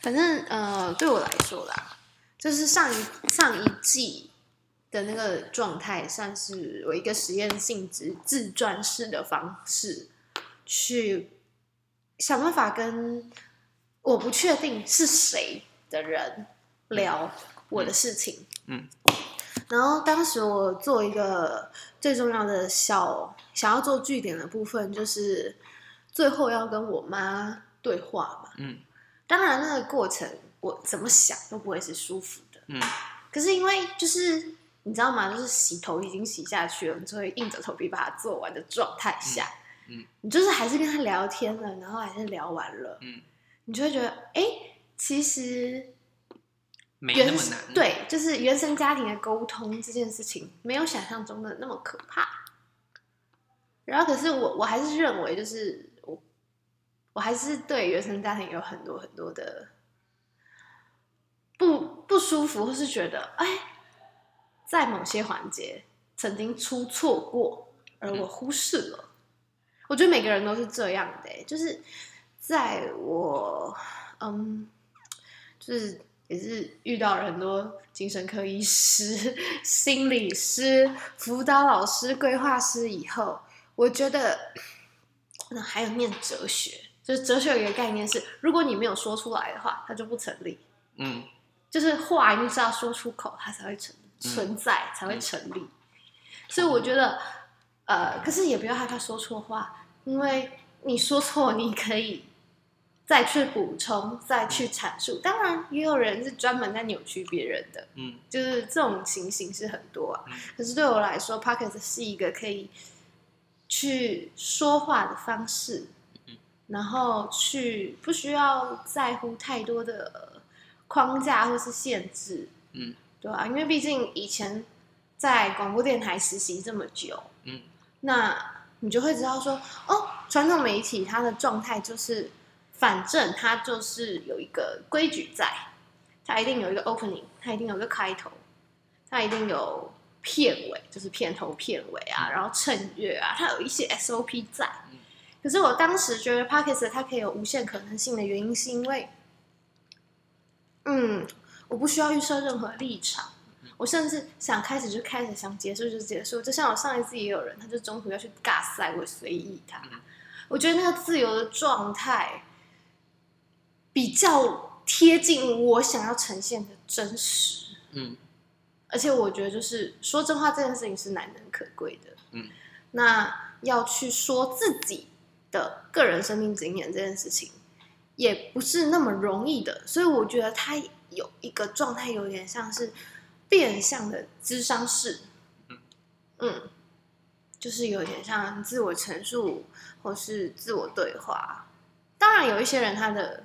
反正呃，对我来说啦，就是上一上一季的那个状态，算是我一个实验性质自传式的方式，去想办法跟我不确定是谁的人聊我的事情。嗯然后当时我做一个最重要的小想要做据点的部分，就是最后要跟我妈对话嘛。嗯当然，那个过程我怎么想都不会是舒服的。嗯可是因为就是你知道吗？就是洗头已经洗下去了，你就会硬着头皮把它做完的状态下，嗯嗯你就是还是跟他聊天了，然后还是聊完了，嗯，你就会觉得，哎，其实没那原么难。，对，就是原生家庭的沟通这件事情，没有想象中的那么可怕。然后，可是我我还是认为，就是我我还是对原生家庭有很多很多的不不舒服，或是觉得哎，在某些环节曾经出错过，而我忽视了。我觉得每个人都是这样的、欸就是在我嗯，就是也是遇到了很多精神科医师、 心理师、辅导老师、规划师以后，我觉得那还有念哲学，就是哲学有一个概念是，如果你没有说出来的话，它就不成立。嗯就是话一定是要说出口，它才会存存在，才会成立。所以我觉得，呃，可是也不要害怕说错话，因为你说错，你可以再去补充，再去阐述。当然，也有人是专门在扭曲别人的，嗯就是这种情形是很多啊嗯。可是对我来说 p o c k e t 是一个可以去说话的方式嗯，然后去不需要在乎太多的框架或是限制，嗯，对啊，因为毕竟以前在广播电台实习这么久，嗯，那你就会知道说，哦，传统媒体它的状态就是，反正它就是有一个规矩在，它一定有一个 opening，它一定有一个开头，它一定有片尾，就是片头片尾啊，然后衬乐啊，它有一些 SOP 在嗯。可是我当时觉得 p o c k e t 它可以有无限可能性的原因，是因为，嗯，我不需要预设任何立场。嗯我甚至想开始就开始，想结束就结束。就像我上一次也有人，他就中途要去尬赛，我也随意他嗯。我觉得那个自由的状态比较贴近我想要呈现的真实，嗯而且我觉得就是说真话这件事情是难能可贵的。嗯，那要去说自己的个人生命经验这件事情，也不是那么容易的。所以我觉得他有一个状态，有点像是变相的智商式嗯，嗯，就是有点像自我陈述或是自我对话。当然，有一些人他的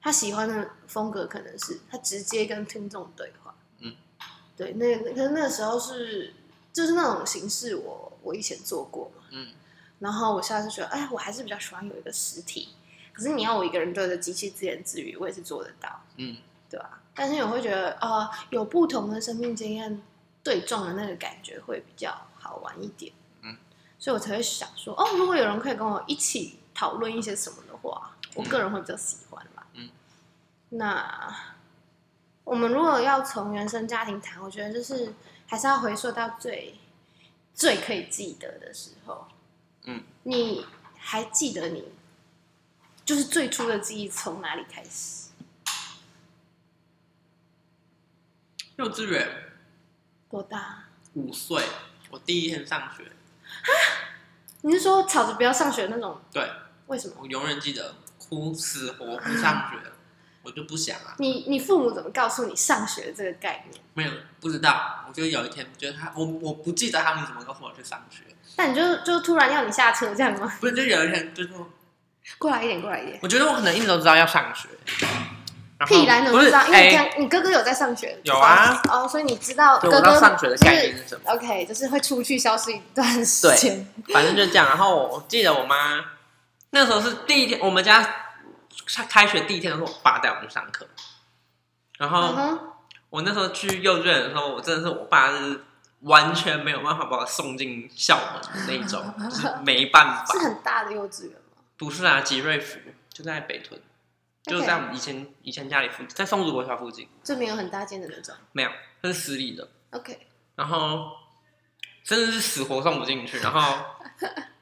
他喜欢的风格可能是他直接跟听众对话，嗯，对，那可是那个时候是就是那种形式我，我以前做过嘛，嗯然后我现在就觉得，哎，我还是比较喜欢有一个实体。可是你要我一个人对着机器自言自语，我也是做得到。嗯对吧、但是我会觉得，呃，有不同的生命经验对撞的那个感觉会比较好玩一点。嗯，所以我才会想说，哦，如果有人可以跟我一起讨论一些什么的话，我个人会比较喜欢啦。嗯，那我们如果要从原生家庭谈，我觉得就是还是要回溯到最最可以记得的时候。嗯，你还记得你就是最初的记忆从哪里开始？幼稚园多大？五岁，我第一天上学，你是说吵着不要上学那种？对为什么？我永远记得，哭死活不 上学，我就不想啊，你你父母怎么告诉你上学这个概念？没有不知道，我就有一天觉得他，我我不记得他们怎么告诉我去上学，但你就就突然要你下车这样吗？不是就有一天就是过来一点，过来一点。我觉得我可能一直都知道要上学，然后屁来怎不么是知道？因为你哎这样，你哥哥有在上学。有啊。哦，所以你知道对，哥我哥知道上学的概念是什么。就是 OK，就是会出去消失一段时间。反正就这样。然后我记得我妈那时候是第一天，我们家开学第一天的时候，我爸带我们去上课。然嗯后哼，我那时候去幼稚园的时候，我真的是我爸是完全没有办法把我送进校门的那一种， 就是没办是法。很大的幼稚园吗？不是啊，吉瑞福就在北屯，就是在我们以前以前家里附近，在松竹国小附近，就没有很大间的那种。没有，它是私立的， OK，然后真的是死活送不 进去，然后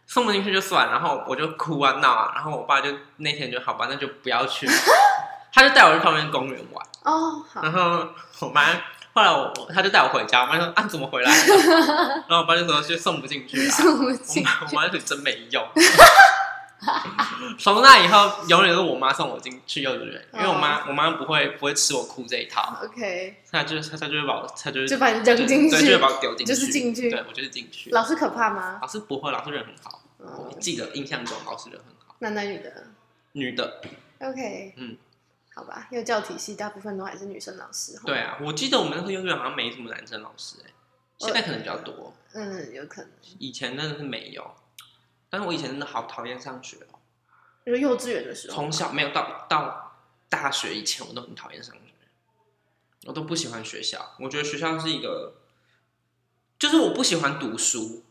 送不进去就算，然后我就哭啊闹啊，然后我爸就那天就好吧，那就不 要去，他就带我去旁边公园玩，哦，好， 然后我妈后来我他就带我回家，我妈说啊怎么回 来了，然后我爸就说就送不进去啦，送不我进妈我妈就真没用。从那以后，永远都是我妈送我进去幼稚园，因为我妈我妈不会不会吃我哭这一套， ，OK，她就她她就会把我她就会就把你扔进嗯对，就去会，把我丢进就去，是进去对我就是进去。老师可怕吗？老师不会，老师人很好，我嗯，记得印象中老师人很好，男男女的女的， ，OK，嗯，好吧，幼教体系大部分都还是女生老师，吼对，啊，我记得我们那个幼稚园好像没什么男生老师、哎，现在可能比较多，嗯，有可能，以前真的是没有，但是我以前真的好讨厌上学哦，就是幼稚园的时候，从小没有到到大学以前，我都很讨厌上学，我都不喜欢学校，我觉得学校是一个，就是我不喜欢读书，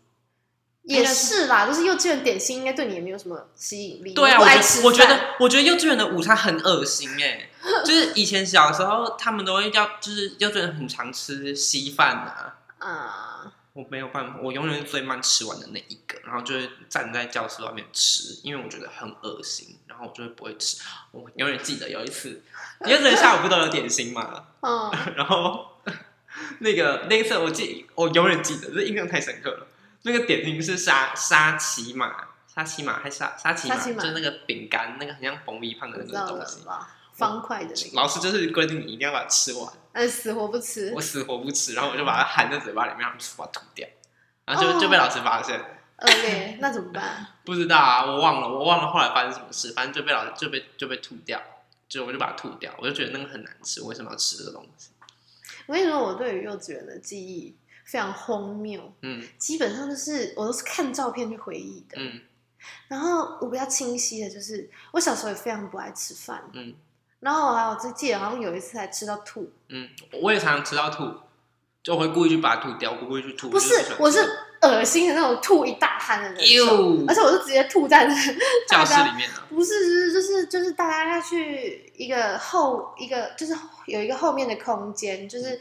也是啦，就是幼稚园点心应该对你也没有什么吸引力。对啊，不我爱觉吃得我觉饭得我觉得幼稚园的午餐很恶心哎、 就是以前小时候他们都会要，就是幼稚园很常吃稀饭啊，啊、我没有办法，我永远是最慢吃完的那一个，然后就会站在教室外面吃，因为我觉得很恶心，然后我就会不会吃。我永远记得有一次，幼稚园下午不都有点心嘛， 嗯，然后那个那一次我记，我永远记得，这印象太深刻了。那个点心是沙沙琪玛，沙琪玛还是沙沙琪玛，沙琪玛就是那个饼干，那个很像蜂蜜胖的我那知道个了东西。吧？方块的那个，老师就是规定你一定要把它吃完，但死活不吃我。死活不吃，然后我就把它含在嘴巴里面，然后就把它吐掉，然后就、哦就被老师发现。 OK，那怎么办？不知道啊，我忘了，我忘了后来发生什么事，反正就被老师就被就被吐掉，就我就把它吐掉，我就觉得那个很难吃，我为什么要吃这个东西？我跟你说，我对于幼稚园的记忆非常荒谬，嗯基本上就是我都是看照片去回忆的。嗯然后我比较清晰的就是，我小时候也非常不爱吃饭，嗯然后我还有就记得好像有一次还吃到吐，嗯，我也常常吃到吐，就我会故意去把它吐掉，我故意去吐，不，就是我是恶心的那种吐一大滩的那种，哟而且我是直接吐在那个大教室家里面啊， 不是，就是就是就是大家要去一个后一个，就是有一个后面的空间，就是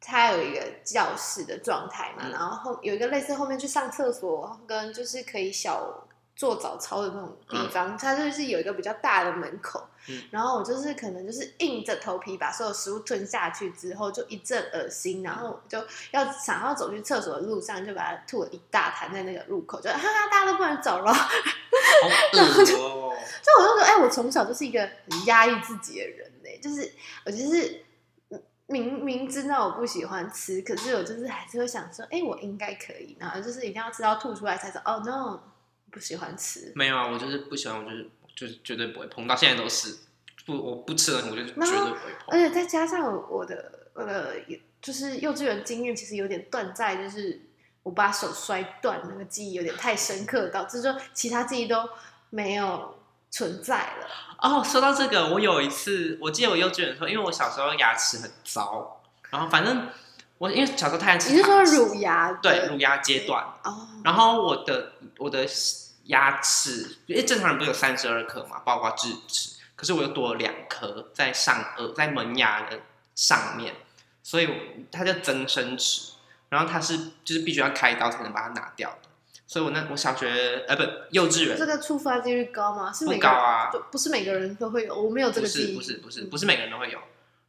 它有一个教室的状态嘛，嗯然后后有一个类似后面去上厕所跟就是可以小做早操的那种地方，它就是有一个比较大的门口，嗯然后我就是可能就是硬着头皮把所有食物吞下去之后，就一阵恶心，然后就要想要走去厕所的路上就把它吐了一大滩在那个入口，就哈哈大家都不能走了。好 恶所哦、以我就说，哎、我从小就是一个很压抑自己的人呢、就是我就是嗯明明知道我不喜欢吃，可是我就是还是会想说，哎、我应该可以，然后就是一定要吃到吐出来才说，哦，no，不喜欢吃。没有啊，我就是不喜欢，我就是就是绝对不会碰，到现在都是不我不吃的，我就是绝然后哎对不会而碰。且再加上我我的我的就是幼稚园经验，其实有点断在就是我把手摔断，那个记忆有点太深刻，导致就其他记忆都没有存在了。哦，说到这个，我有一次，我记得我幼稚园的时候，因为我小时候牙齿很糟，然后反正我因为小时候太爱吃你是说糖乳牙的？对乳牙阶段，哦，然后我的我的牙齿，因为正常人不是有三十二颗嘛，包括智齿，可是我又多了两颗在上颚，在门牙的上面，所以我它叫增生齿，然后它是就是必须要开刀才能把它拿掉的，所以我那我小学呃不幼稚园这个触发几率高吗？是不每个高啊，就不是每个人都会有，我没有这不个是记忆。不是不是嗯不是每个人都会有。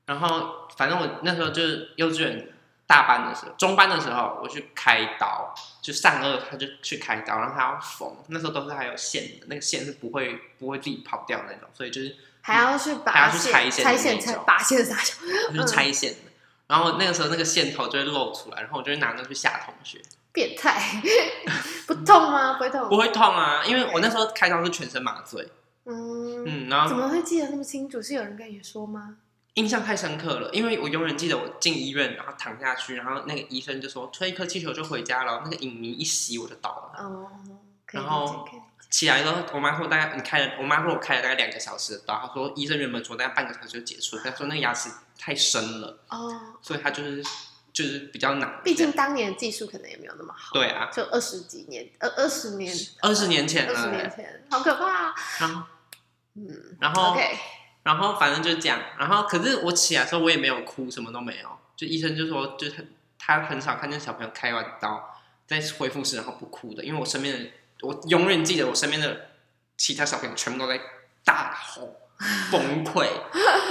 然后反正我那时候就是幼稚园大班的时候，中班的时候我去开刀，就上颚他就去开刀，然后他要缝，那时候都是还有线的，那个线是不会不会自己跑掉的那种，所以就是还要去还拔要去线、拆线的拆线、那拆种拔线、啥小，我就嗯拆线的。然后那个时候那个线头就会露出来，然后我就会拿那个去吓同学，变态， 不痛吗？不会痛。不会痛啊，因为我那时候开刀是全身麻醉，嗯，嗯，然后怎么会记得那么清楚？是有人跟你说吗？印象太深刻了，因为我永远记得我进医院，然后躺下去，然后那个医生就说吹一颗气球就回家了，那个影迷一吸我就倒了。哦，可以然理后解，可以理解。起来之后，我妈说大概你开了，我妈说我开了大概两个小时的刀，她说医生原本说大概半个小时就结束，她说那个牙齿太深了，哦，所以她就是就是比较难。毕竟当年的技术可能也没有那么好。对啊，就二十几年，二二十年，二十年前二了、十年前，好可怕啊。然后嗯然后，OK，然后反正就这样，然后可是我起来的时候我也没有哭，什么都没有，就医生就说，就是很他很少看见小朋友开完刀在恢复室然后不哭的，因为我身边的我永远记得我身边的其他小朋友全部都在大吼崩溃，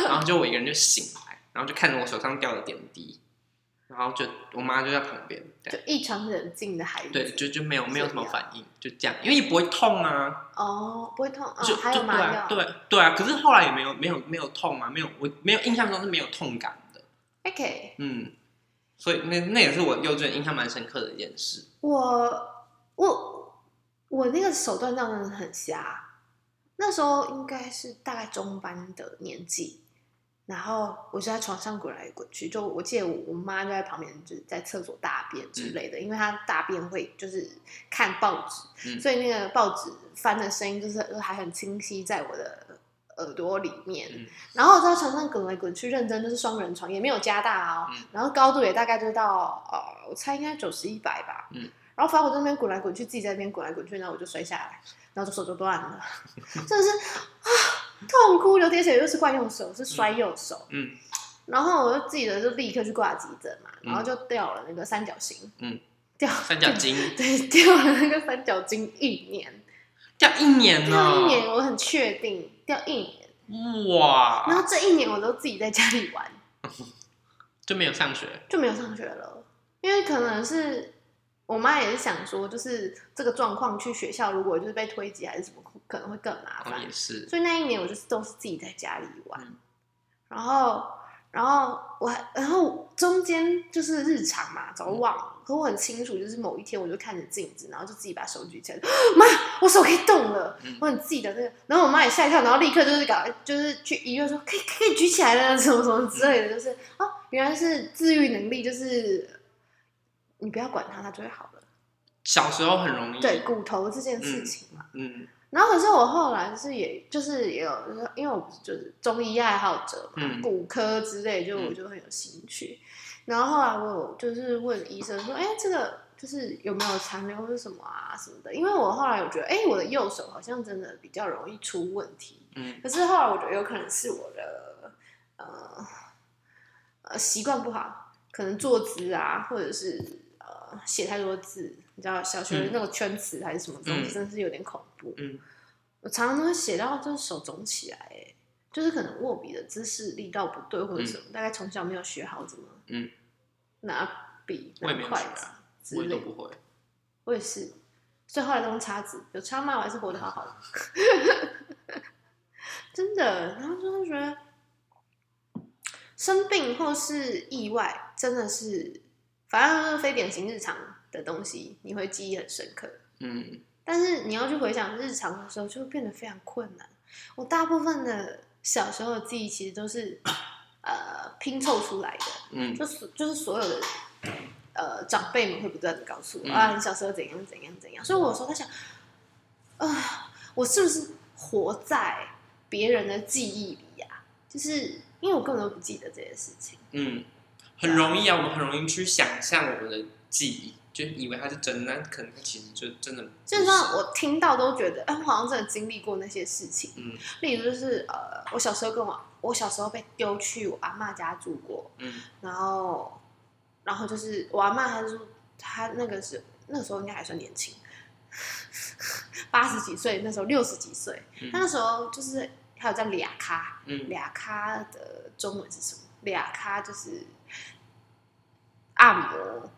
然后就我一个人就醒来，然后就看着我手上掉的点滴，然后就我妈就在旁边，就对异常冷静的孩子。对，就就没有没有什么反应，就这样，因为也不会痛啊，哦，不会痛，哦就、还就有对麻啊药，，对对啊，可是后来也没有没有没有痛啊，没有我没有印象中是没有痛感的， OK，嗯，所以那那也是我幼稚园印象蛮深刻的一件事。我我我那个手段真的很瞎，那时候应该是大概中班的年纪，然后我就在床上滚来滚去，就我记得我我妈就在旁边就是在厕所大便嗯之类的，因为她大便会就是看报纸，嗯所以那个报纸翻的声音就是还很清晰在我的耳朵里面，嗯然后我在床上滚来滚去，认真就是双人床，也没有加大哦，嗯然后高度也大概就是到呃，我猜应该九十一百吧，嗯，然后反正我在那边滚来滚去，自己在那边滚来滚去，然后我就摔下来，然后就手就断了， 真的是啊，痛哭流鼻血，又是惯用手，是摔右手，嗯，然后我就记得就立刻去挂急诊嘛，嗯然后就掉了那个三角形，嗯， 掉三角巾对，掉了那个三角巾一年，掉一年掉一了，年，我很确定掉一年，然哇，后这一年我都自己在家里玩。就没有上学，就没有上学了，因为可能是我妈也是想说，就是这个状况去学校，如果就是被推挤还是什么，可能会更麻然后烦也。是，所以那一年我就是都是自己在家里玩，嗯然后然后我还然后中间就是日常嘛，早就嗯忘了。可我很清楚，就是某一天我就看着镜子，然后就自己把手举起来，妈，我手可以动了嗯，我很记得那个。然后我妈也吓一跳，然后立刻就是搞就是去医院说可以可以举起来了，什么什么之类的，就是哦，原来是自愈能力，就是你不要管它，它就会好了。小时候很容易，对，骨头这件事情嘛。嗯然后可是我后来就是也就是也有，就是因为我不是就是中医爱好者嘛，嗯骨科之类，就嗯我就很有兴趣。然后后来我有就是问医生说，哎，这个就是有没有残留是什么啊什么的？因为我后来我觉得，哎，我的右手好像真的比较容易出问题。嗯可是后来我觉得有可能是我的呃呃习惯不好，可能坐姿啊，或者是呃写太多字，你知道小学嗯那个圈词还是什么东西，嗯真的是有点恐怖。嗯，我常常都会写到就是手肿起来，欸就是可能握笔的姿势力道不对或者什么，大概从小没有学好怎么嗯拿笔、我也没拿有筷学子啊之我也类都的。不会，我也是，所以后来都用叉子，有叉吗？我还是活得好好的， 真的。然后就是觉得生病或是意外，真的是，反正就是非典型日常的东西，你会记忆很深刻。嗯但是你要去回想日常的时候，就会变得非常困难。我大部分的小时候的记忆其实都是呃拼凑出来的，嗯就是就是所有的呃长辈们会不断的告诉我、嗯啊，你小时候怎样怎样怎样，所以我有时候在想，啊、啊我是不是活在别人的记忆里呀、就是因为我根本都不记得这些事情，嗯，很容易啊，我们很容易去想象我们的记忆，就以为它是真的，但可能它其实就真的不就是让我听到都觉得，哎、我好像真的经历过那些事情。嗯例如就是呃，我小时候跟我我小时候被丢去我阿嬷家住过，嗯然后，然后就是我阿妈，她就她那个是那时候应该还算年轻，八十几岁，那时候六十几岁，她那时候就是还有叫俩咖，嗯俩咖的中文是什么？俩咖就是按摩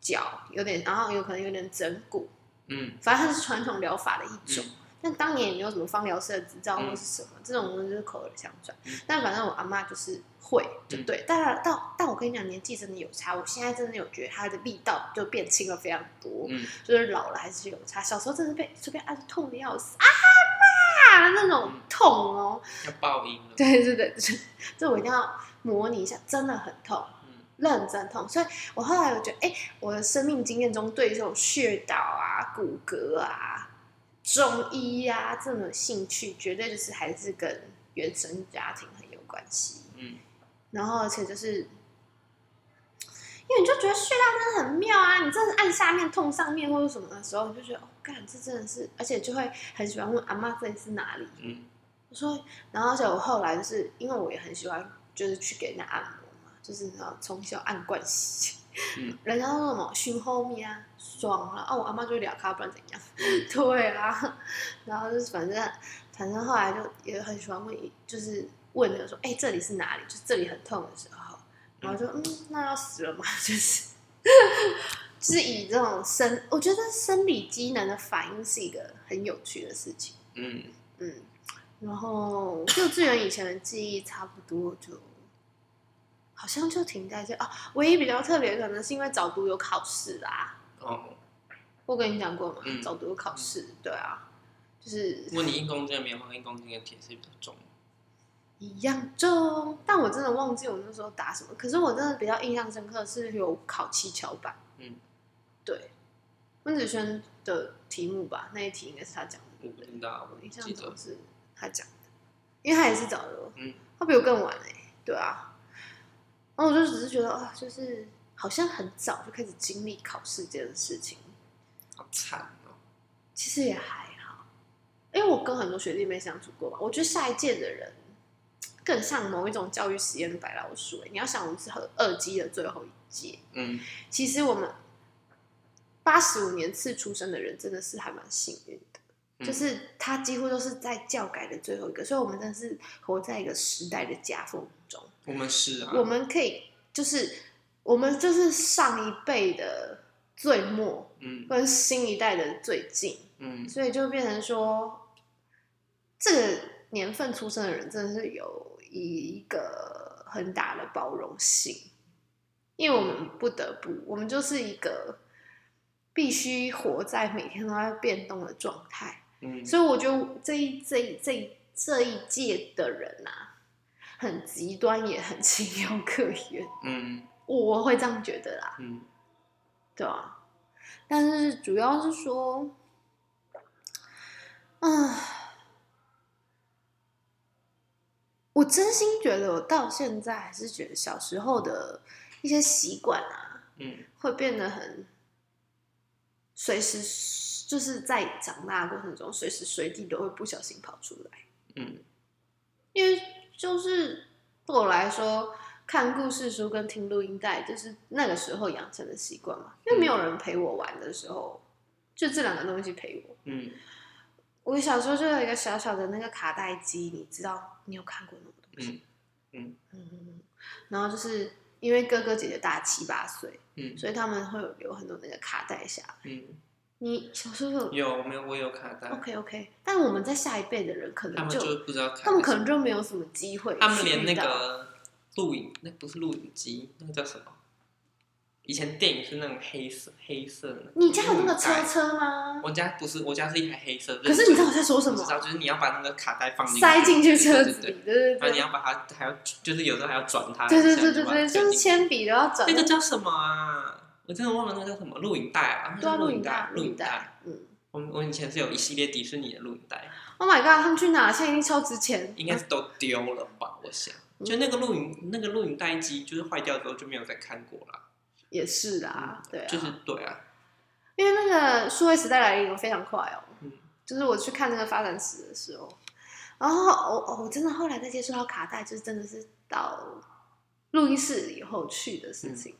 脚，有点，然后有可能有点整骨，嗯反正它是传统疗法的一种。但当年也没有什么芳疗师的执照或嗯是什么，这种东西就是口耳相传。嗯但反正我阿妈就是会，就对。但到但我跟你讲，年纪真的有差。我现在真的有觉得它的力道就变轻了非常多，嗯就是老了还是有差。小时候真的被随便按就痛的要死啊妈那种嗯痛哦， 要报应了，对对对，这这我一定要模拟一下，真的很痛。嗯认真痛，所以我后来我觉得，哎、我的生命经验中对这种穴道啊、骨骼啊、中医啊这种兴趣，绝对就是还是跟原生家庭很有关系。嗯然后而且就是，因为你就觉得穴道真的很妙啊，你真的是按下面痛上面或者什么的时候，你就觉得哦，干这真的是，而且就会很喜欢问阿妈这里是哪里，嗯我说，然后而且我后来就是因为我也很喜欢，就是去给人家按摩嘛，就是你知道从小按惯习，嗯人家说什么熏后面啊，爽啊，啊我阿妈就会聊咖，不然怎样？ 对啊，然后就是反正反正后来就也很喜欢问，就是问的说，哎、这里是哪里？就是这里很痛的时候，然后就嗯，那要死了嘛， 就是。就是以这种生，我觉得生理机能的反应是一个很有趣的事情。嗯，嗯，然后幼稚园以前的记忆差不多就，好像就停在这啊。唯一比较特别，可能是因为早读有考试啦。哦，我跟你讲过嘛，嗯早读有考试，对啊，就是如果你一公斤的棉花跟一公斤的铁是比较重，一样重。但我真的忘记我那时候打什么，可是我真的比较印象深刻是有考七巧板。嗯，对，温子轩的题目吧，那一题应该是他讲的，我对不不对？知道，我我不印象记得中。是他讲的，因为他也是早读，嗯，他比我更晚哎、对啊。然后我就只是觉得啊、就是好像很早就开始经历考试这件事情，好惨哦。其实也还好，因为我跟很多学弟妹相处过吧，我觉得下一届的人更像某一种教育实验的白老鼠、欸。你要想，我们是和二级的最后一届，嗯其实我们八十五年次出生的人真的是还蛮幸运的，嗯就是他几乎都是在教改的最后一个，所以我们真的是活在一个时代的夹缝中。我们是啊，我们可以就是我们就是上一辈的最末，嗯跟新一代的最近，嗯所以就变成说，这个年份出生的人真的是有一个很大的包容性，因为我们不得不，我们就是一个必须活在每天都在变动的状态，嗯，所以我觉得这一这一这一这一届的人啊，很极端也很情有可原，嗯我会这样觉得啦。嗯对啊，但是主要是说，嗯，我真心觉得我到现在还是觉得小时候的一些习惯啊，嗯会变得很随时，就是在长大的过程中，随时随地都会不小心跑出来。嗯因为就是对我来说，看故事书跟听录音带，就是那个时候养成的习惯嘛。因为没有嗯人陪我玩的时候，就这两个东西陪我。嗯我小时候就有一个小小的那个卡带机，你知道，你有看过那种东西？嗯嗯，然后就是因为哥哥姐姐大七八岁，嗯所以他们会有留很多那个卡带下来。嗯，你小时候有有我没有我有卡带， OK OK，但我们在下一辈的人可他能们就不知道卡带，他们可能就没有什么机会去遇到，他们连那个录影那不是录影机，那个叫什么？以前电影是那种黑色黑色的，你家有那个车车？车吗？我家不是，我家是一台黑色的。可是你知道我在说什我么知？道，就是你要把那个卡带放进塞进去车对子对里对，对对然后你对要把它还要就是有时候还要转它一对下，对对对就把它对，就转是进去铅笔都要转那个叫什么啊？我真的忘了那个叫什么录影带啊，对啊，录录影带，录录影影带。带，嗯我们我以前是有一系列迪士尼的录影带， ，Oh my god，他们去哪？现在已经超值钱，应该是都丢了吧？我想，嗯就那个录影那个录影带机，就是坏掉之后就没有再看过了。也是的啊，对啊，就是对啊，因为那个数位时代来临得非常快哦嗯，就是我去看那个发展史的时候，然后我我我真的后来再接触到卡带，就是真的是到录音室以后去的嗯事情。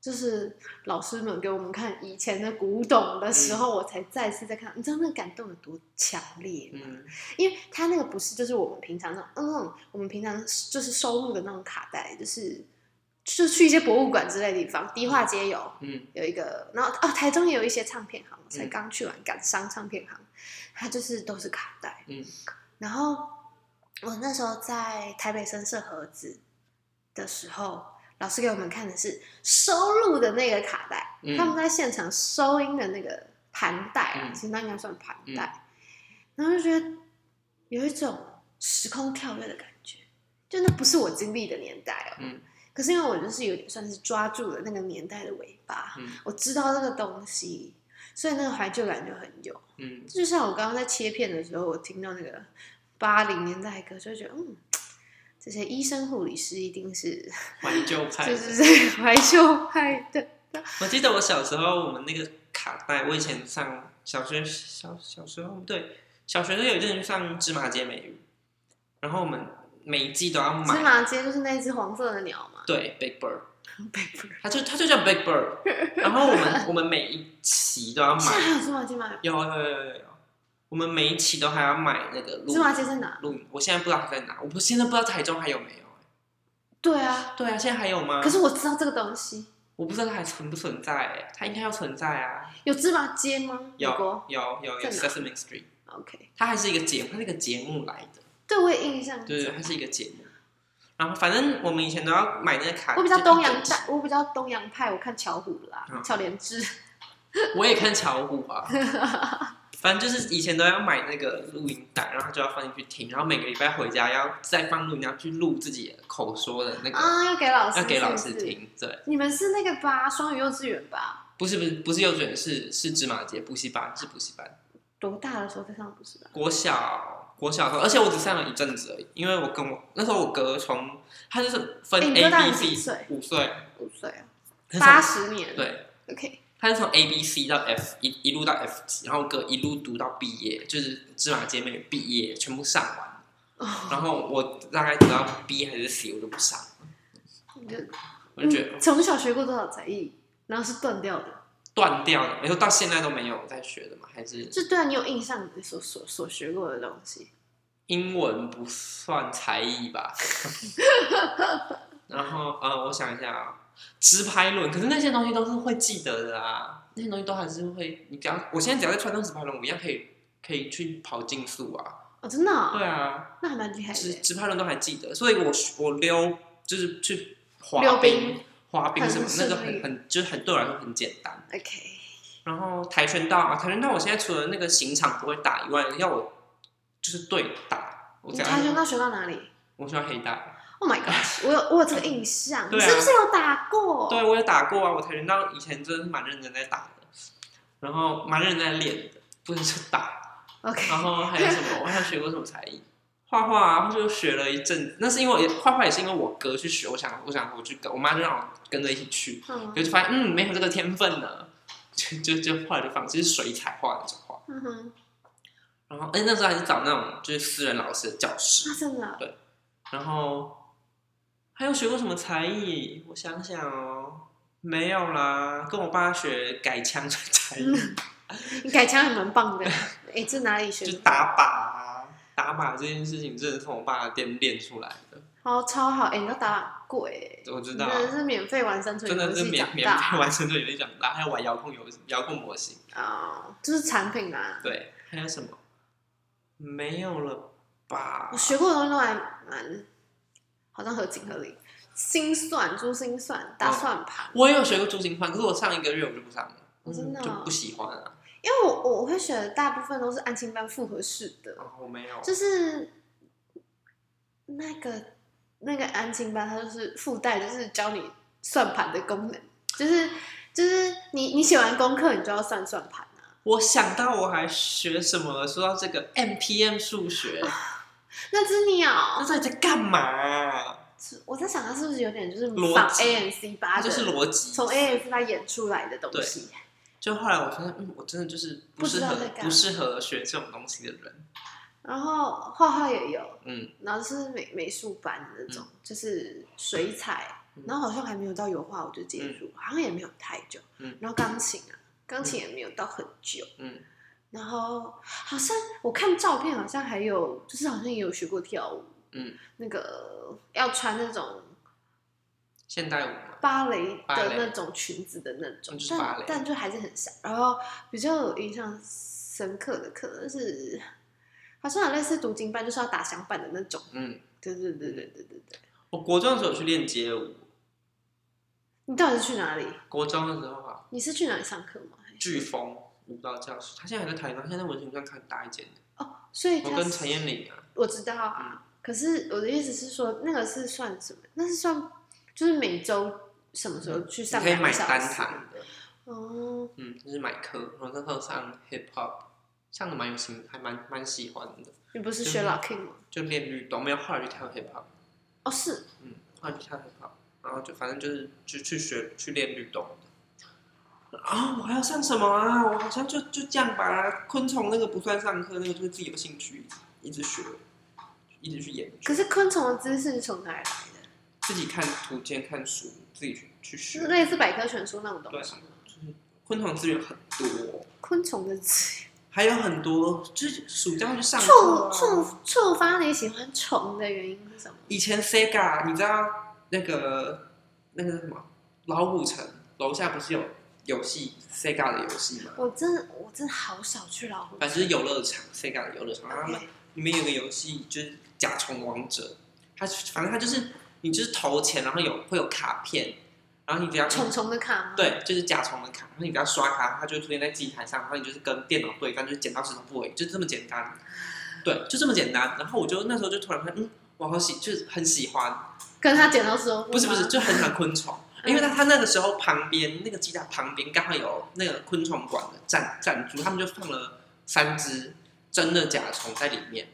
就是老师们给我们看以前的古董的嗯时候，我才再次在看，你知道那个感动有多强烈吗？嗯因为它那个不是就是我们平常那种，嗯，我们平常就是收录的那种卡带，就是就去一些博物馆之类的地方，迪化街有，嗯有一个，然后哦，台中也有一些唱片行，我才嗯刚去完港商唱片行，它就是都是卡带。嗯然后我那时候在台北深社盒子的时候，老师给我们看的是收录的那个卡带，嗯他们在现场收音的那个盘带啊，嗯其实那应该算盘带，然后就觉得有一种时空跳跃的感觉，就那不是我经历的年代哦。嗯可是因为我就是有点算是抓住了那个年代的尾巴，嗯我知道这个东西，所以那个怀旧感就很有。嗯就像我刚刚在切片的时候，我听到那个八零年代的歌，就觉得嗯，这些医生护理师一定是怀旧派就的。是这个怀旧派的。我记得我小时候，我们那个卡带，我以前上小学小小时候对小学都有一阵上芝麻街美语，然后我们每一季都要芝买，麻街就是那只黄色的鸟嘛，对，Big Bird，北部人。它就它就叫 Big Bird，然后我们我们每一期都要现在买，还有芝麻街吗？有有有有有，我们每一期都还要买那个录芝麻街在哪？录影，我现在不知道它在哪，我不现在不知道台中还有没有、对啊，对啊，现在还有吗？可是我知道这个东西我不知道它还存不存在、欸，它应该要存在啊，有芝麻街吗？美有国有有在有哪 Sesame Street， OK，它还是一个节目，它是一个节目来的，对我有印象。对对，它是一个节目。然后反正我们以前都要买那个卡，我比较东就洋一整派，我比较东洋派，我看巧虎啦嗯，巧莲芝，我也看巧虎啊，反正就是以前都要买那个录音带，然后就要放进去听，然后每个礼拜回家要再放录音，要去录自己口说的那个，啊，要给老师，要给老师是不是。听。对，你们是那个吧？双语幼稚园吧？不是不是不是幼稚园，是是芝麻街补习班，是补习班。多大的时候在上补习班？国小国小的时候，而且我只上了一阵子而已，因为我跟我那时候我哥从他就是分哎你 A 哥大 B 你几 C 岁？五岁，五岁啊，他从八十年。对， ，OK，他是从 A B C 到 F 一一路到 F 级，然后哥一路读到毕业，就是芝麻街妹毕业全部上完。然后我大概读到 B 还是 C，我就不上了，你就我就觉得嗯从小学过多少才艺，然后是断掉的，断掉了。你说到现在都没有在学的嘛？还是就对啊，你有印象你所所所学过的东西。英文不算才艺 吧？然后呃，我想一下啊，直拍论，可是那些东西都是会记得的啊，那些东西都还是会。你只要我现在只要在穿上直拍轮，我一样可以可以去跑竞速啊。哦，真的哦、对啊，那还蛮厉害直的。直拍人都还记得，所以我我溜就是去滑溜冰冰、滑冰什么很那个顺很利很就是很对我来说很简单。 OK，然后跆拳道啊，跆拳道我现在除了那个刑场不会打以外，要我就是对打，我你只要跆拳道学到哪里我喜欢黑带， ？Oh my god，我有我有这个印象， 对你啊是不是有打过？对我有打过啊，我跆拳道以前真的是蛮认真在打的，然后蛮认真在练的，不能说打， ，OK，然后还有什么？我还有学过什么才艺？ 画画啊，就学了一阵子。那是因为我画画也是因为我哥去学，我想我想我去跟我妈就让我跟着一起去，嗯就就发现嗯没有这个天分呢， 就就就后来就放弃，是水彩画那种画。嗯哼，然后哎、那时候还是找那种就是私人老师的教室，那啊真的哦然后还有学过什么才艺？我想想哦，没有啦，跟我爸学改枪的才 艺，你改枪还蛮棒的。 哎，这哪里学就的？打靶啊，打靶这件事情真的是从我爸店练出来的。哦，超好！哎，你都打过哎，我知真道，啊的是免费玩山村真游的是戏免长免大费完成这游戏长大，还有玩遥控游戏遥控模型，啊，就是产品啊。对，还有什么？没有了吧我？学过的东西都还蛮，好像合情合理。心算、珠心算、打哦算盘，我也有学过珠心算，可是我上一个月我就不上了，哦真的哦就不喜欢啊。因为我我我会选的大部分都是安亲班复合式的，然后我没有，就是那个那个安亲班，它就是附带就是教你算盘的功能，就是就是你你写完功课，你就要算算盘啊。我想到我还学什么了。说到这个 MPM 数哦学，那只那鸟，到底在干嘛啊？我在想它是不是有点就是逻模仿辑 A N C 八它的，就是逻辑。从 A N C 八演出来的东对西。就后来我发现，嗯，我真的就是不不知适道合在干嘛不适合学这种东西的人。然后画画也有，嗯，然后是美美术班的那种，就是水彩嗯，然后好像还没有到油画，我就结束，好像也没有太久。嗯然后钢琴啊，钢琴也没有到很久。嗯，然后好像我看照片，好像还有就是好像也有学过跳舞，嗯，那个要穿那种现代舞嘛，芭蕾芭蕾的那种裙子的那种那就是，芭但蕾但就还是很小。然后比较有印象深刻的可能是，好像有类似读经班，就是要打响板的那种。嗯，对对对对对对对。我国中的时候有去练街舞，你到底是去哪里？国中的时候啊，你是去哪里上课吗？飓风舞蹈教室，他现在还在台湾，现在在文学院开很大一间的。哦，所以他我是跟陈彦霖啊，我知道啊。可是我的意思是说，那个是算什么？那是算就是每周什么时候去你上可以两买个小单时？堂的，哦，嗯，就是买课。我那时候上 hip hop，上的蛮有心，还蛮蛮喜欢的，你不是就是学 locking 吗？就练律动，没有后来就跳 hip hop，哦，是嗯，后来就跳 hip hop，然后就反正就是就去学去练律动的。啊、我还要上什么啊？我好像就就这样吧。昆虫那个不算上课，那个就是自己有兴趣，一直学。一直去研究。可是昆虫的知识是从哪里来的？自己看图鉴、看书，自己去去是学，类似百科全书那种东西吗？就是昆虫资源很多，昆虫的 知还有很多就是暑假去上课触啊触触发你喜欢虫的原因是什么？以前 Sega，你知道那个那个叫什么老虎城楼下不是有游戏 Sega 的游戏吗？我真的我真的好少去老虎反正城就是游乐场 Sega 的游乐场，然后他们里面有个游戏就是甲虫王者，它反正它就是你就是投钱，然后有会有卡片，然后你只要虫虫的卡吗？，对，就是甲虫的卡，然后你只要刷卡，它就会出现在机台上，然后你就是跟电脑对战，就是剪刀石头布而已，就这么简单。对，就这么简单。然后我就那时候就突然看，嗯，我好喜，就是很喜欢。跟他剪刀石头布吗不是不是，就很喜欢昆虫，嗯因为他他那个时候旁边那个吉他旁边刚好有那个昆虫馆的赞赞助，他们就放了三只真的甲虫在里面，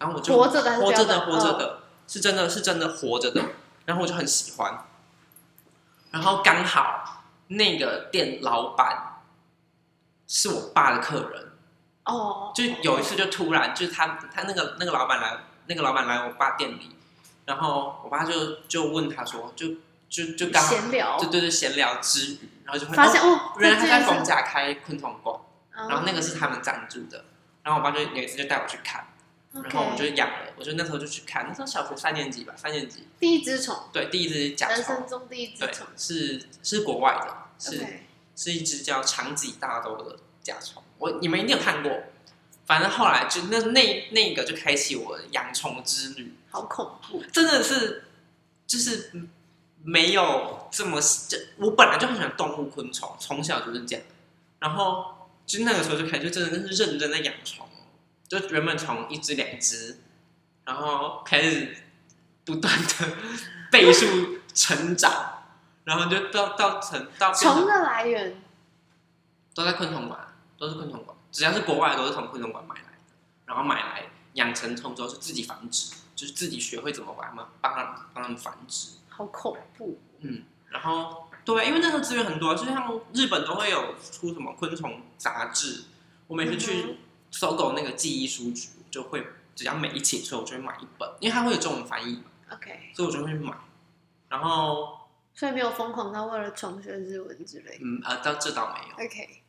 然后我就活着的还是活着不要的活着哦的，是真的是真的活着的，然后我就很喜欢，然后刚好那个店老板是我爸的客人，哦，就有一次就突然就是他他那个那个老板来那个老板来我爸店里，然后我爸就就问他说就就就刚好闲聊就，对对闲聊之余，然后就发发现、现哦、哦，原来他在逢这件事，哦甲开昆虫馆，然后那个是他们赞助的，然后我爸就有一次就带我去看，嗯，然后我 OK 就养了，我就那时候就去看，那时候小学三年级吧，三年级第一只虫，对第一只甲人虫，生中第一只对虫，是是国外的，是 OK 是一只叫长脊大兜的甲虫，我你们一定有看过。反正后来就那那那个就开启我的养虫之旅，好恐怖，真的是就是没有这么这我本来就很喜欢动物昆虫，从小就是这样。然后就那个时候就开始就真的是认真的养虫，就原本从一只两只，然后开始不断的倍数成长，然后就到到成到变成虫的来源都在昆虫馆，都是昆虫馆，只要是国外的都是从昆虫馆买来的，然后买来养成虫之后是自己繁殖，就是自己学会怎么把它们帮它们帮它们繁殖。好恐怖，嗯，然后对，啊因为那时候资源很多，就是他们日本都会有出什么昆虫杂志，我每次嗯去哼搜狗那个记忆书局，我就会只要每一期出，我就会买一本，因为它会有中文翻译嘛， ，OK，所以我就会买。然后，所以没有疯狂到为了虫学日文之类的嗯，啊，到这倒没有， ，OK。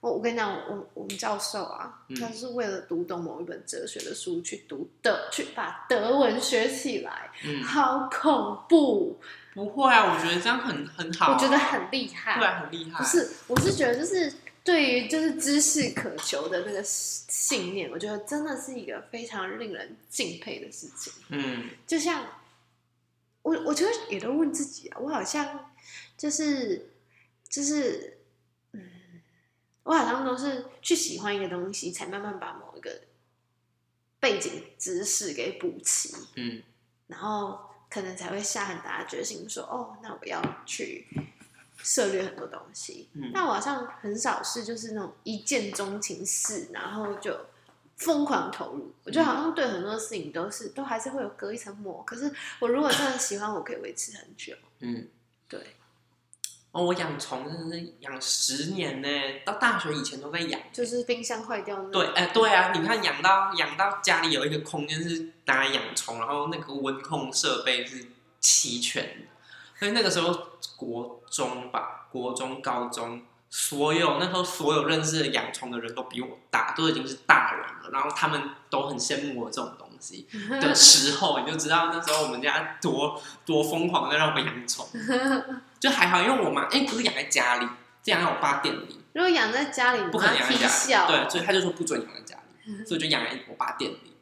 我我跟你讲，我我我们教授啊，嗯他是为了读懂某一本哲学的书去读的，去把德文学起来，嗯，好恐怖，不会啊，我觉得这样很很好啊、我觉得很厉害。对啊，很厉害，不是，我是觉得就是对于就是知识渴求的那个信念，我觉得真的是一个非常令人敬佩的事情。嗯。就像我，我觉得也都问自己啊，我好像就是就是嗯，我好像都是去喜欢一个东西，才慢慢把某一个背景知识给补齐。嗯然后可能才会下很大的决心说，哦，那我要去涉猎很多东西。嗯但我好像很少是就是那种一见钟情式，然后就疯狂投入。我觉得好像对很多事情都是都还是会有隔一层膜。可是我如果真的喜欢，我可以维持很久。嗯，对，哦，我养虫真的是养十年呢，到大学以前都在养。就是冰箱坏掉那种对，哎、对啊，你看养到养到家里有一个空间是拿来养虫，然后那个温控设备是齐全的，所以那个时候国中吧，国中、高中，所有那时候所有认识的养虫的人都比我大，都已经是大人了，然后他们都很羡慕我这种东西， 的时候，你就知道那时候我们家多多疯狂的让我养宠，就还好，因为我妈哎、不是养在家里，是养在我爸店里，如果养在家里，不可能养在踢家笑。里，对，所以他就说不准养在家里，所以我就养在我爸店里，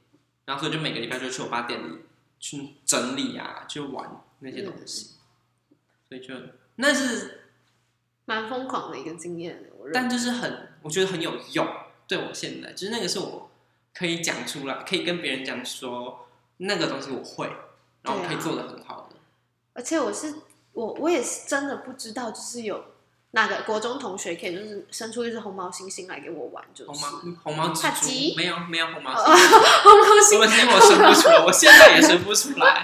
然后所以就每个礼拜就去我爸店里去整理啊，去玩那些东嗯西，所以就那是，蛮疯狂的一个经验的。我认为但就是很，我觉得很有用，对我现在就是那个是我可以讲出来，可以跟别人讲说那个东西我会，然后我可以对啊做的很好的。而且我是我我也是真的不知道，就是有哪个国中同学可以就是生出一只红毛猩猩来给我玩，就是红 毛红毛帕蜘吉蛛没有没有红毛哦蜘蛛，红毛什猩么东我生不出来，我现在也生不出来。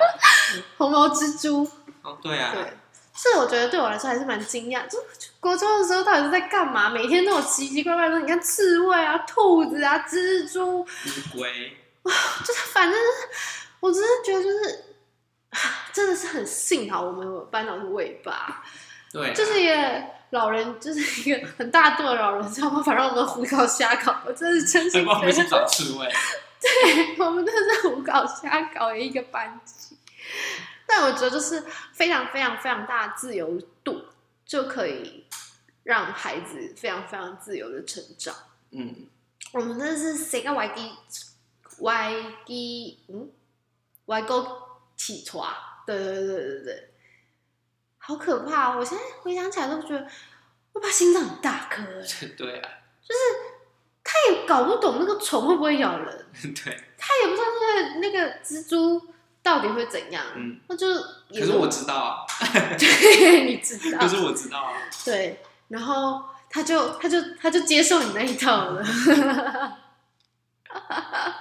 红毛蜘蛛，哦，对啊，对。这我觉得对我来说还是蛮惊讶，就就国中的时候到底是在干嘛？每天都有奇奇怪怪的，你看刺猬啊、兔子啊、蜘蛛，乌龟，就是反正我只是觉得就是。 真的是很幸好我们有班长是尾巴，对啊，就是也老人，就是一个很大度的老人，知道吗？反正我们胡搞瞎搞，我真是 真还心哎帮我觉们去得，找刺猬。对，我们真的是胡搞瞎搞的一个班级。但我觉得就是非常非常非常大的自由度，就可以让孩子非常非常自由的成长。嗯，我们真的是谁个歪鸡歪鸡嗯歪狗起床，对对对对对，好可怕、哦！我现在回想起来都觉得，我把心脏很大颗哎， 对啊， 他也搞不懂那个虫会不会咬人，对。啊他也不知道那个那个蜘蛛到底会怎样，嗯那就也可是我知道啊，对， 你知道可，是我知道啊。对，然后他就他就他就接受你那一套了， 好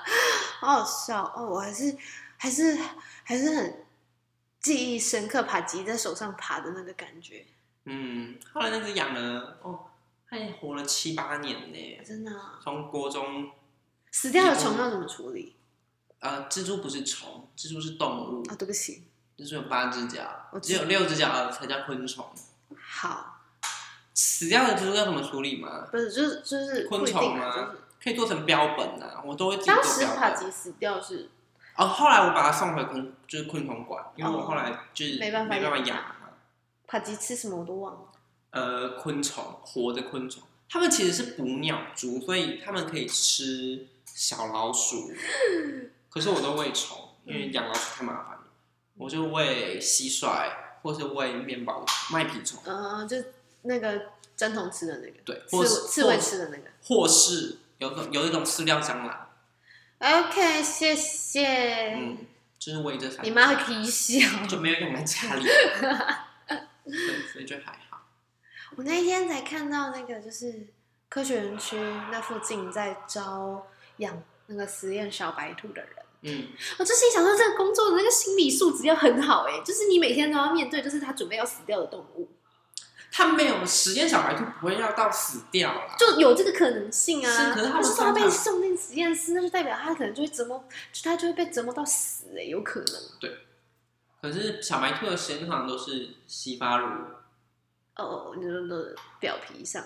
好笑哦！我还是还是还是很记忆深刻，爬吉在手上爬的那个感觉，嗯，后来那只养了哦，它也活了七八年呢，真的啊、从国中。死掉的虫要怎么处理呃，蜘蛛不是虫，蜘蛛是动物啊、，对不起，蜘蛛有八只脚我，只有六只脚的才叫昆虫。好，死掉的蜘蛛要怎么处理吗？不是就是就是昆不一虫定吗啊，就是可以做成标本啊，我都会自己当做时标爬本。吉死掉是哦，后来我把它送回昆，就是昆虫馆，因为我后来就是哦没办法没办法养养它嘛。爬吉吃什么我都忘了，呃昆虫，活的昆虫，它们其实是捕鸟蛛，所以它们可以吃小老鼠。可是我都喂虫，嗯因为养老鼠太麻烦了，我就喂蟋蟀或是喂面包麦皮虫，呃，就那个针筒吃的那个对，刺或猬是刺猬或吃的那个。或是有种有一种饲料蟑螂， OK，谢谢。嗯，就是喂这三哎种，你妈会以笑。就没有养在家里，对，所以就还好。 我那一天才看到那个，就是科学园区那附近在招养那个实验小白兔的人。嗯，我就心想说，这个工作的那个心理素质要很好哎、就是你每天都要面对，就是它准备要死掉的动物，它没有实验小白兔不会要到死掉啦，就有这个可能性啊。是可是他们就说它常常被送进实验室，那就代表它可能就会折磨，就它就会被折磨到死哎、有可能。可是小白兔的实验通常都是洗发乳、哦，你说的表皮上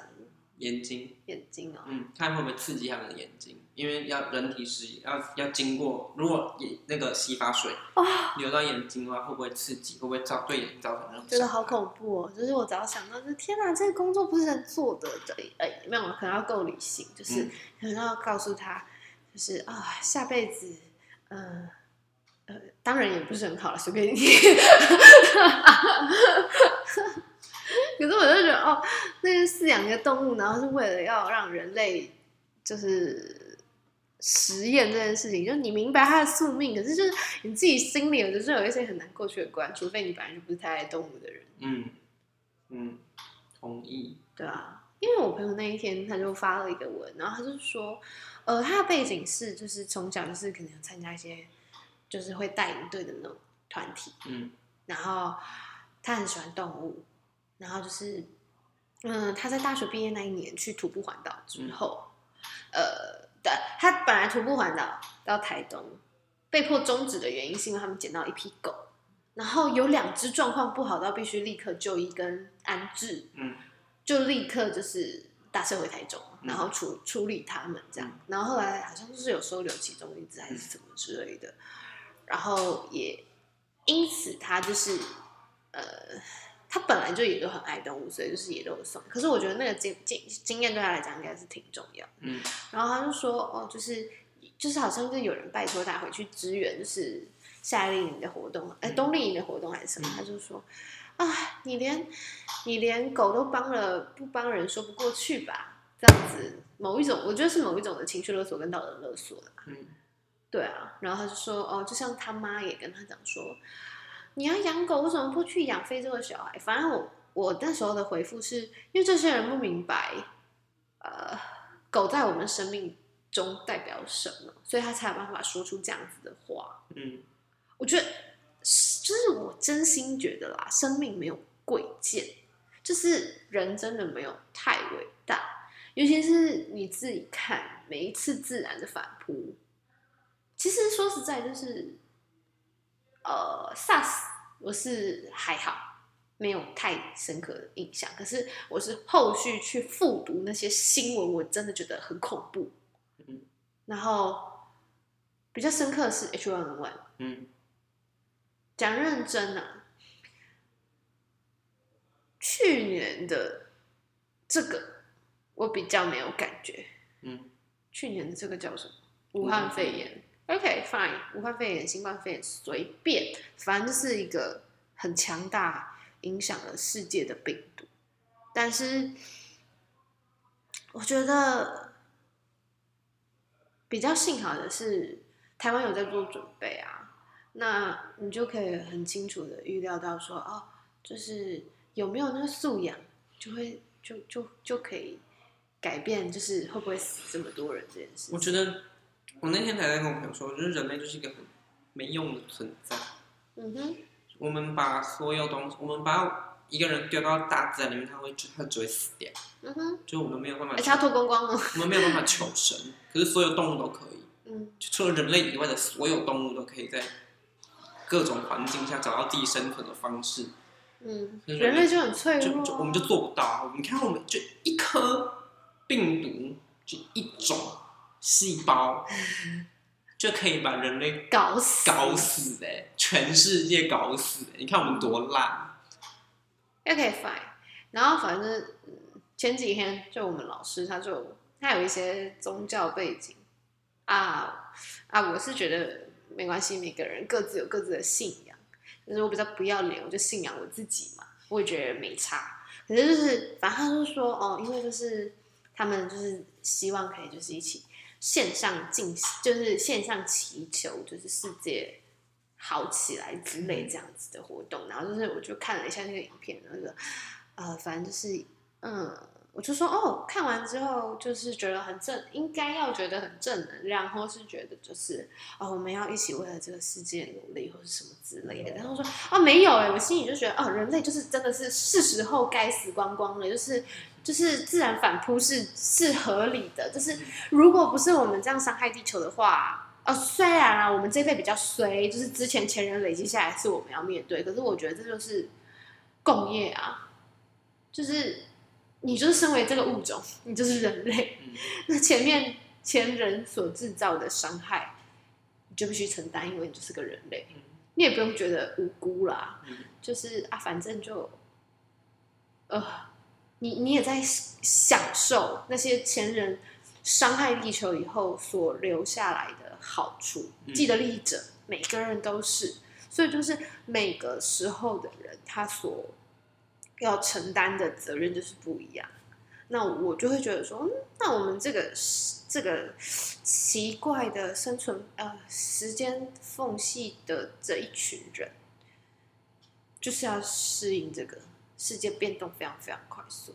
眼睛，眼睛哦，嗯，看会不会刺激他们的眼睛，因为要人体实验，要要经过，如果眼那个洗发水哦流到眼睛的话，会不会刺激？会不会造对眼睛造成那种？觉得好。恐怖哦！就是我只要想到，就是天哪，这个工作不是人做的，这呃、没有，可能要够理性，就是嗯可能要告诉他，就是啊，下辈子，呃呃，当然也不是很好了，随便你。 可是我就觉得，哦，那个饲养一个动物，然后是为了要让人类就是实验这件事情，就是你明白它的宿命，可是就是你自己心里有的时候有一些很难过去的关，除非你本来就不是太爱动物的人，嗯嗯，同意。对啊。因为我朋友那一天他就发了一个文，然后他就说，呃，他的背景是就是从小就是可能有参加一些就是会带营队的那种团体，嗯然后他很喜欢动物，然后就是，嗯，他在大学毕业那一年去徒步环岛之后，呃，对，他本来徒步环岛到台东，被迫终止的原因是因为他们捡到一批狗，然后有两只状况不好到必须立刻就医跟安置，嗯就立刻就是搭车回台中，嗯然后处处理他们这样。然后后来好像就是有收留其中一只还是什么之类的，然后也因此他就是呃，他本来就也都很爱动物，所以就是也都有送。可是我觉得那个经经经验对他来讲应该是挺重要的。嗯然后他就说，哦，就是就是好像就有人拜托他回去支援，就是夏令营的活动，哎、嗯冬令营的活动还是什么，嗯他就说，啊，你连你连狗都帮了，不帮人说不过去吧？这样子，某一种我觉得是某一种的情绪勒索跟道德勒索啦。嗯对啊，然后他就说，哦，就像他妈也跟他讲说，你要养狗，为什么不去养非洲的小孩？反正我我那时候的回复是因为这些人不明白，呃，狗在我们生命中代表什么，所以他才有办法说出这样子的话。嗯我觉得，是就是我真心觉得啦，生命没有贵贱，就是人真的没有太伟大，尤其是你自己看每一次自然的反扑，其实说实在，就是呃，SARS 我是还好，没有太深刻的印象。可是我是后续去复读那些新闻，我真的觉得很恐怖。嗯然后比较深刻的是 H1N1，嗯讲认真啊，去年的这个我比较没有感觉。嗯去年的这个叫什么？武武汉汉肺肺炎。OK fine，武汉肺炎、新冠肺炎随便，反正就是一个很强大影响了世界的病毒。但是我觉得比较幸好的是，台湾有在做准备啊，那你就可以很清楚的预料到说，哦，就是有没有那个素养，就会就就就可以改变，就是会不会死这么多人这件事我。觉得我那天才在跟我朋友说，我觉得人类就是一个很没用的存在。嗯哼，我们把所有东西，我们把一个人丢到大自然里面，他会他只会死掉，嗯哼，就我们没有办法而且，他脱光光哦了。我们没有办法求生。可是所有动物都可以，嗯就除了人类以外的所有动物都可以在各种环境下找到自己生存的方式。嗯，就是人类就很脆弱就啊、就我们就做不到啊！你看，我们就一颗病毒，就一种 细胞，就可以把人类搞死，搞。死哎、全世界搞死、欸！你看我们多烂， OK fine，然后反正嗯前几天就我们老师他就他有一些宗教背景啊啊，我是觉得没关系，每个人各自有各自的信仰，就是我比较不要脸，我就信仰我自己嘛，我也觉得没差。可是就是反正他就说哦，因为就是他们就是希望可以就是一起线上进行，就是线上祈求，就是世界好起来之类这样子的活动。然后就是我就看了一下那个影片，然后就呃，反正就是嗯，我就说哦，看完之后就是觉得很正，应该要觉得很正能量，或是觉得就是哦，我们要一起为了这个世界努力，或是什么之类的。然后我说哦，没有哎、我心里就觉得哦，人类就是真的是是时候该死光光了，就是。就是自然反扑是是合理的，就是如果不是我们这样伤害地球的话，哦，虽然啊，我们这一辈比较衰，就是之前前人累积下来是我们要面对，可是我觉得这就是共业啊，就是你就是身为这个物种，你就是人类，嗯那前面前人所制造的伤害，你就必须承担，因为你就是个人类，你也不用觉得无辜啦。嗯就是啊，反正就，呃，你你也在享受那些前人伤害地球以后所留下来的好处。嗯既得利益者，每个人都是，所以就是每个时候的人，他所要承担的责任就是不一样。那我就会觉得说，嗯，那我们这个这个奇怪的生存呃时间缝隙的这一群人，就是要适应这个世界变动非常非常快速，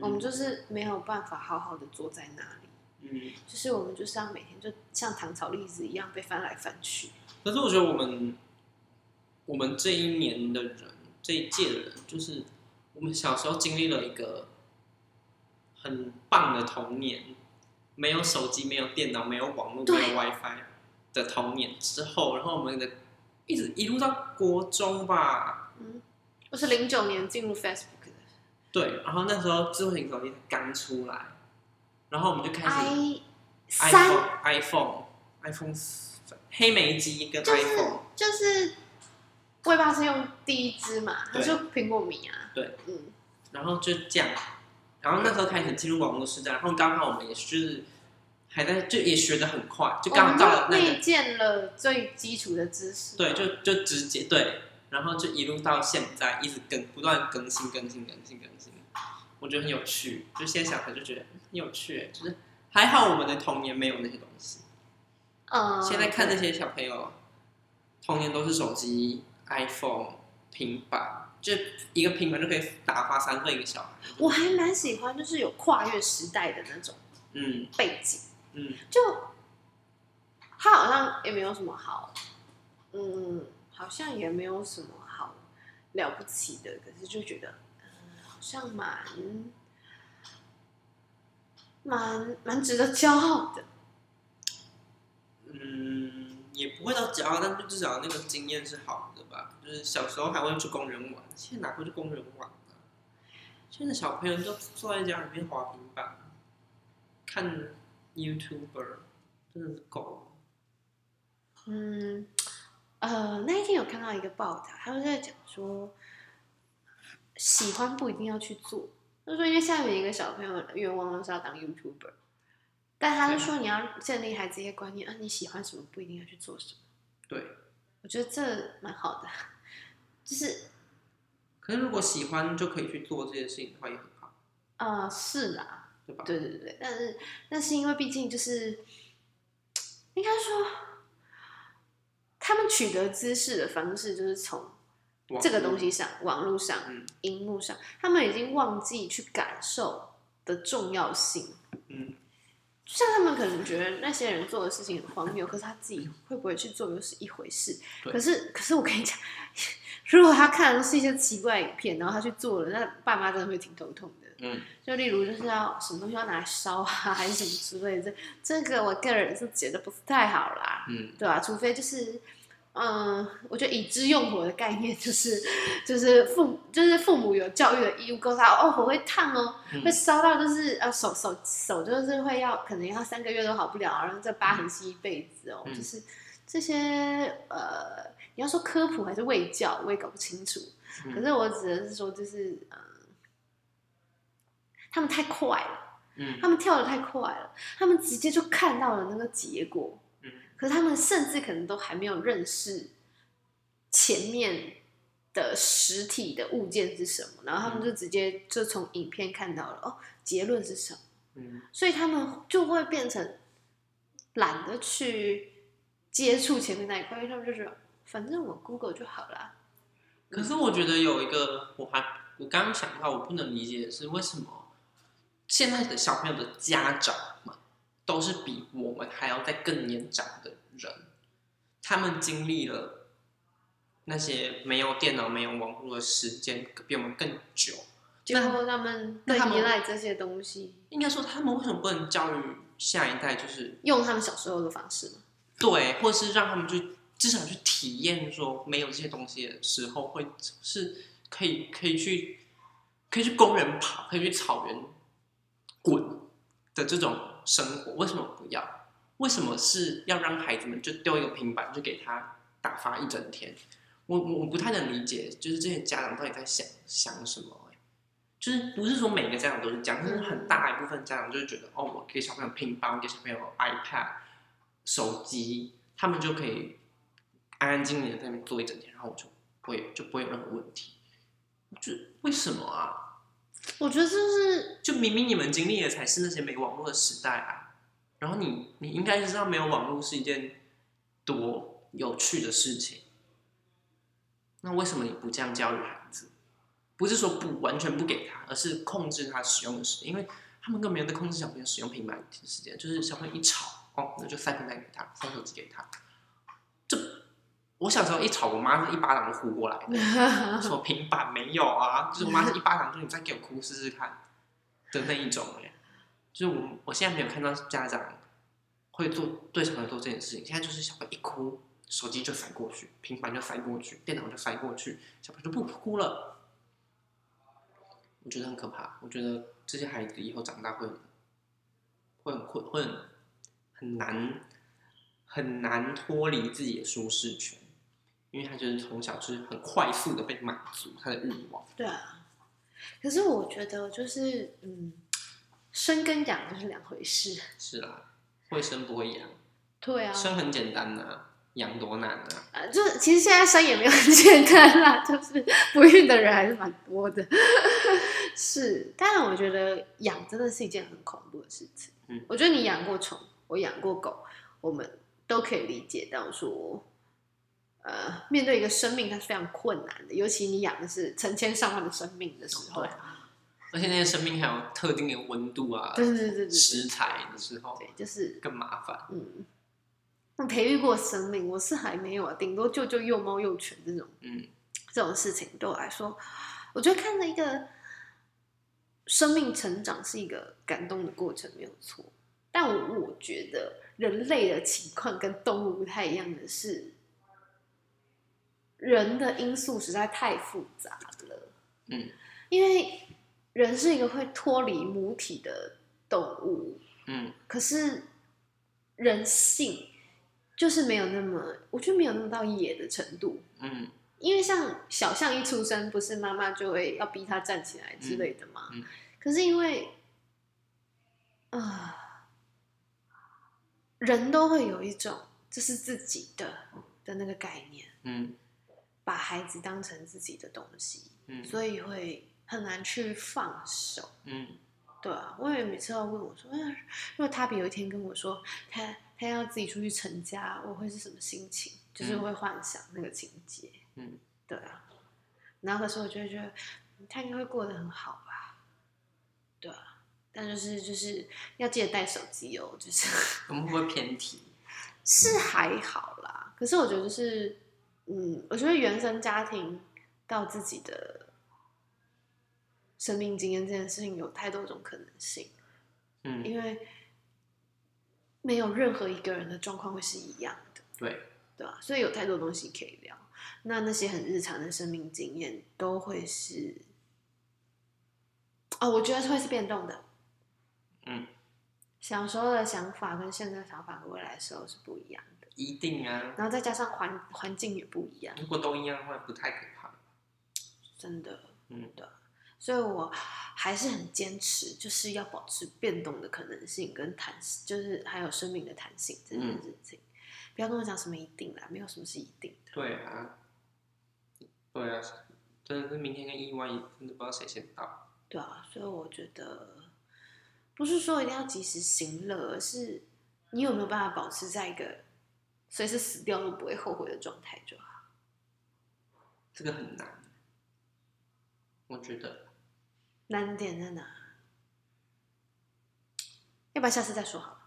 我们就是没有办法好好的坐在那里，嗯。就是我们就是要每天就像糖炒栗子一样被翻来翻去。可是我觉得我们我们这一年的人，这一届的人，就是我们小时候经历了一个很棒的童年，没有手机，没有电脑，没有网络，对没有 WiFi 的童年之后，然后我们的一直一路到国中吧，嗯，我是零九年进入 Facebook 的对，然后那时候智慧型手机才刚出来，然后我们就开始，i 三 iPhone iPhone iPhone 4黑莓机跟就是 iPhone。就是魏爸是用第一支嘛，他对就苹果米啊，对，嗯，然后就这样，然后那时候开始进入网络时代，然后刚好我们也是还在就也学的很快，就刚好到了我那们就个内建了最基础的知识，对，就就直接对，然后就一路到现在，一直更不断更新更新更新更新，我觉得很有趣，就现在想来就觉得嗯很有趣，就是还好我们的童年没有那些东西，嗯，现在看那些小朋友，童年都是手机、iPhone、平板，就一个平板就可以打发三岁一个小孩，我还蛮喜欢，就是有跨越时代的那种嗯背景，嗯就他好像也没有什么好，嗯，好像也没有什么好了不起的，可是就觉得，嗯，好像蛮蛮蛮值得骄傲的。嗯。也不会到骄傲，但是至少那个经验是好的吧。就是小时候还会去公园玩，现在哪会去公园玩啊？现在小朋友都坐在家里面滑平板，看 YouTuber，真的是够了。嗯，呃，那一天有看到一个报道，他们在讲说，喜欢不一定要去做，就是说因为现在每一个小朋友的愿望都是要当 YouTuber，但他是说你要建立孩子一些观念，啊，你喜欢什么不一定要去做什么。对，我觉得这蛮好的，就是可是如果喜欢就可以去做这些事情的话，也很好，呃，是啦，对吧？对对对，但是但是因为毕竟就是，应该说，他们取得知识的方式就是从网这个络东西上、网络上嗯、荧幕上，他们已经忘记去感受的重要性。嗯，就像他们可能觉得那些人做的事情很荒谬，可是他自己会不会去做又是一回事。对可是可是我跟你讲， 如果他看的是一些奇怪的影片，然后他去做了，那爸妈真的会挺头痛的。嗯，就例如就是要什么东西要拿来烧啊， 还是什么之类的，这这个我个人是觉得不是太好啦，嗯，对吧、啊除非就是，嗯，我觉得以知用火的概念就是，就是父就是父母有教育的义务告诉他，哦，火会烫哦，嗯会烧到就是呃手手手就是会要可能要三个月都好不了，啊然后这疤痕是一辈子哦，嗯就是这些呃，你要说科普还是卫教，我也搞不清楚，嗯可是我只能是说就是嗯。他们太快了，嗯他们跳的太快了，他们直接就看到了那个结果，嗯，可是他们甚至可能都还没有认识前面的实体的物件是什么，然后他们就直接就从影片看到了哦，结论是什么，嗯，所以他们就会变成懒得去接触前面那一块，因为他们就觉得反正我 Google 就好了，可是我觉得有一个，我还我刚刚想到，我不能理解的是为什么现在的小朋友的家长们都是比我们还要再更年长的人，他们经历了那些没有电脑、没有网络的时间比我们更久。结果他们那更他们依赖这些东西，应该说，他们为什么不能教育下一代，就是用他们小时候的方式嘛。对，或是让他们去至少去体验说没有这些东西的时候，会是可以可以去可以去公园跑，可以去草原滚的这种生活，为什么不要？为什么是要让孩子们就丢一个平板就给他打发一整天？我我我不太能理解，就是这些家长到底在想想什么、欸就是不是说每个家长都是这样，就是很大一部分家长就是觉得，哦，我给小朋友平板，我给小朋友 iPad，手机，他们就可以安安静静的在那边坐一整天，然后我就不会就不会有任何问题。就为什么啊？我觉得就是 就明明你们经历的才是那些没网络的时代啊，然后你你应该知道没有网络是一件多有趣的事情，那为什么你不这样教育孩子？不是说不完全不给他，而是控制他使用的时间，因为他们根本没有在控制小朋友使用平板的时间，就是小朋友一吵哦，那就塞平板给他，塞手机给他。这我小时候一吵，我妈是一巴掌就呼过来的。什么平板没有啊？就是我妈是一巴掌说你再给我哭试试看的那一种哎、就是我我现在没有看到家长会做对小朋友做这件事情，现在就是小朋友一哭，手机就塞过去，平板就塞过去，电脑就塞过去，小朋友就不哭了。我觉得很可怕，我觉得这些孩子以后长大会很会很困，会很很难很难脱离自己的舒适圈。因为他就是从小就是很快速的被满足他的欲望。对啊，可是我觉得就是嗯，生跟养就是两回事。是啦，会生不会养，对啊，生很简单呐、养多难啊。呃，就是其实现在生也没有很简单啦， 就是不孕的人还是蛮多的。 是，但是我觉得养真的是一件很恐怖的事情。嗯，我觉得你养过虫，我养过狗，我们都可以理解到说，呃，面对一个生命它是非常困难的，尤其你养的是成千上万的生命的时候哦对，啊而且那些生命还有特定的温度啊、对对对对对，食材的时候对，就是更麻烦。嗯，那培育过生命，我是还没有啊，顶多救救幼猫幼犬这种嗯这种事情对我来说，我觉得看着一个生命成长是一个感动的过程，没有错。但我我觉得，人类的情况跟动物不太一样的是，人的因素实在太复杂了。嗯，因为人是一个会脱离母体的动物，嗯，可是人性就是没有那么，我觉得没有那么到野的程度。嗯因为像小象一出生，不是妈妈就会要逼它站起来之类的嘛。嗯嗯可是因为啊、人都会有一种这是自己的的那个概念，嗯把孩子当成自己的东西，嗯所以会很难去放手。嗯对啊，我也每次要问我说，嗯，如果他比有一天跟我说他他要自己出去成家，我会是什么心情？就是嗯会幻想那个情节。嗯，对啊。然后可是我就会觉得嗯他应该会过得很好吧？对啊。但就是就是要记得带手机哦，就是 我们会不会偏题？是还好啦。可是我觉得就是，嗯，我觉得原生家庭到自己的生命经验这件事情有太多种可能性。嗯，因为没有任何一个人的状况会是一样的，对，对吧？所以有太多东西可以聊。那那些很日常的生命经验都会是，哦，我觉得会是变动的。嗯，小时候的想法跟现在的想法，未来的时候是不一样的。一定啊。然后再加上环环境也不一样，如果都一样的话，不太可怕。真的，嗯的。所以我还是很坚持，就是要保持变动的可能性跟弹，就是还有生命的弹性这件事情。不要跟我讲什么一定啦，没有什么是一定的。对啊，对啊，真的是明天跟意外，真的不知道谁先到。对啊，所以我觉得不是说一定要及时行乐，而是你有没有办法保持在一个随时死掉都不会后悔的状态就好。这个很难，我觉得。难点在哪？要不然下次再说好了。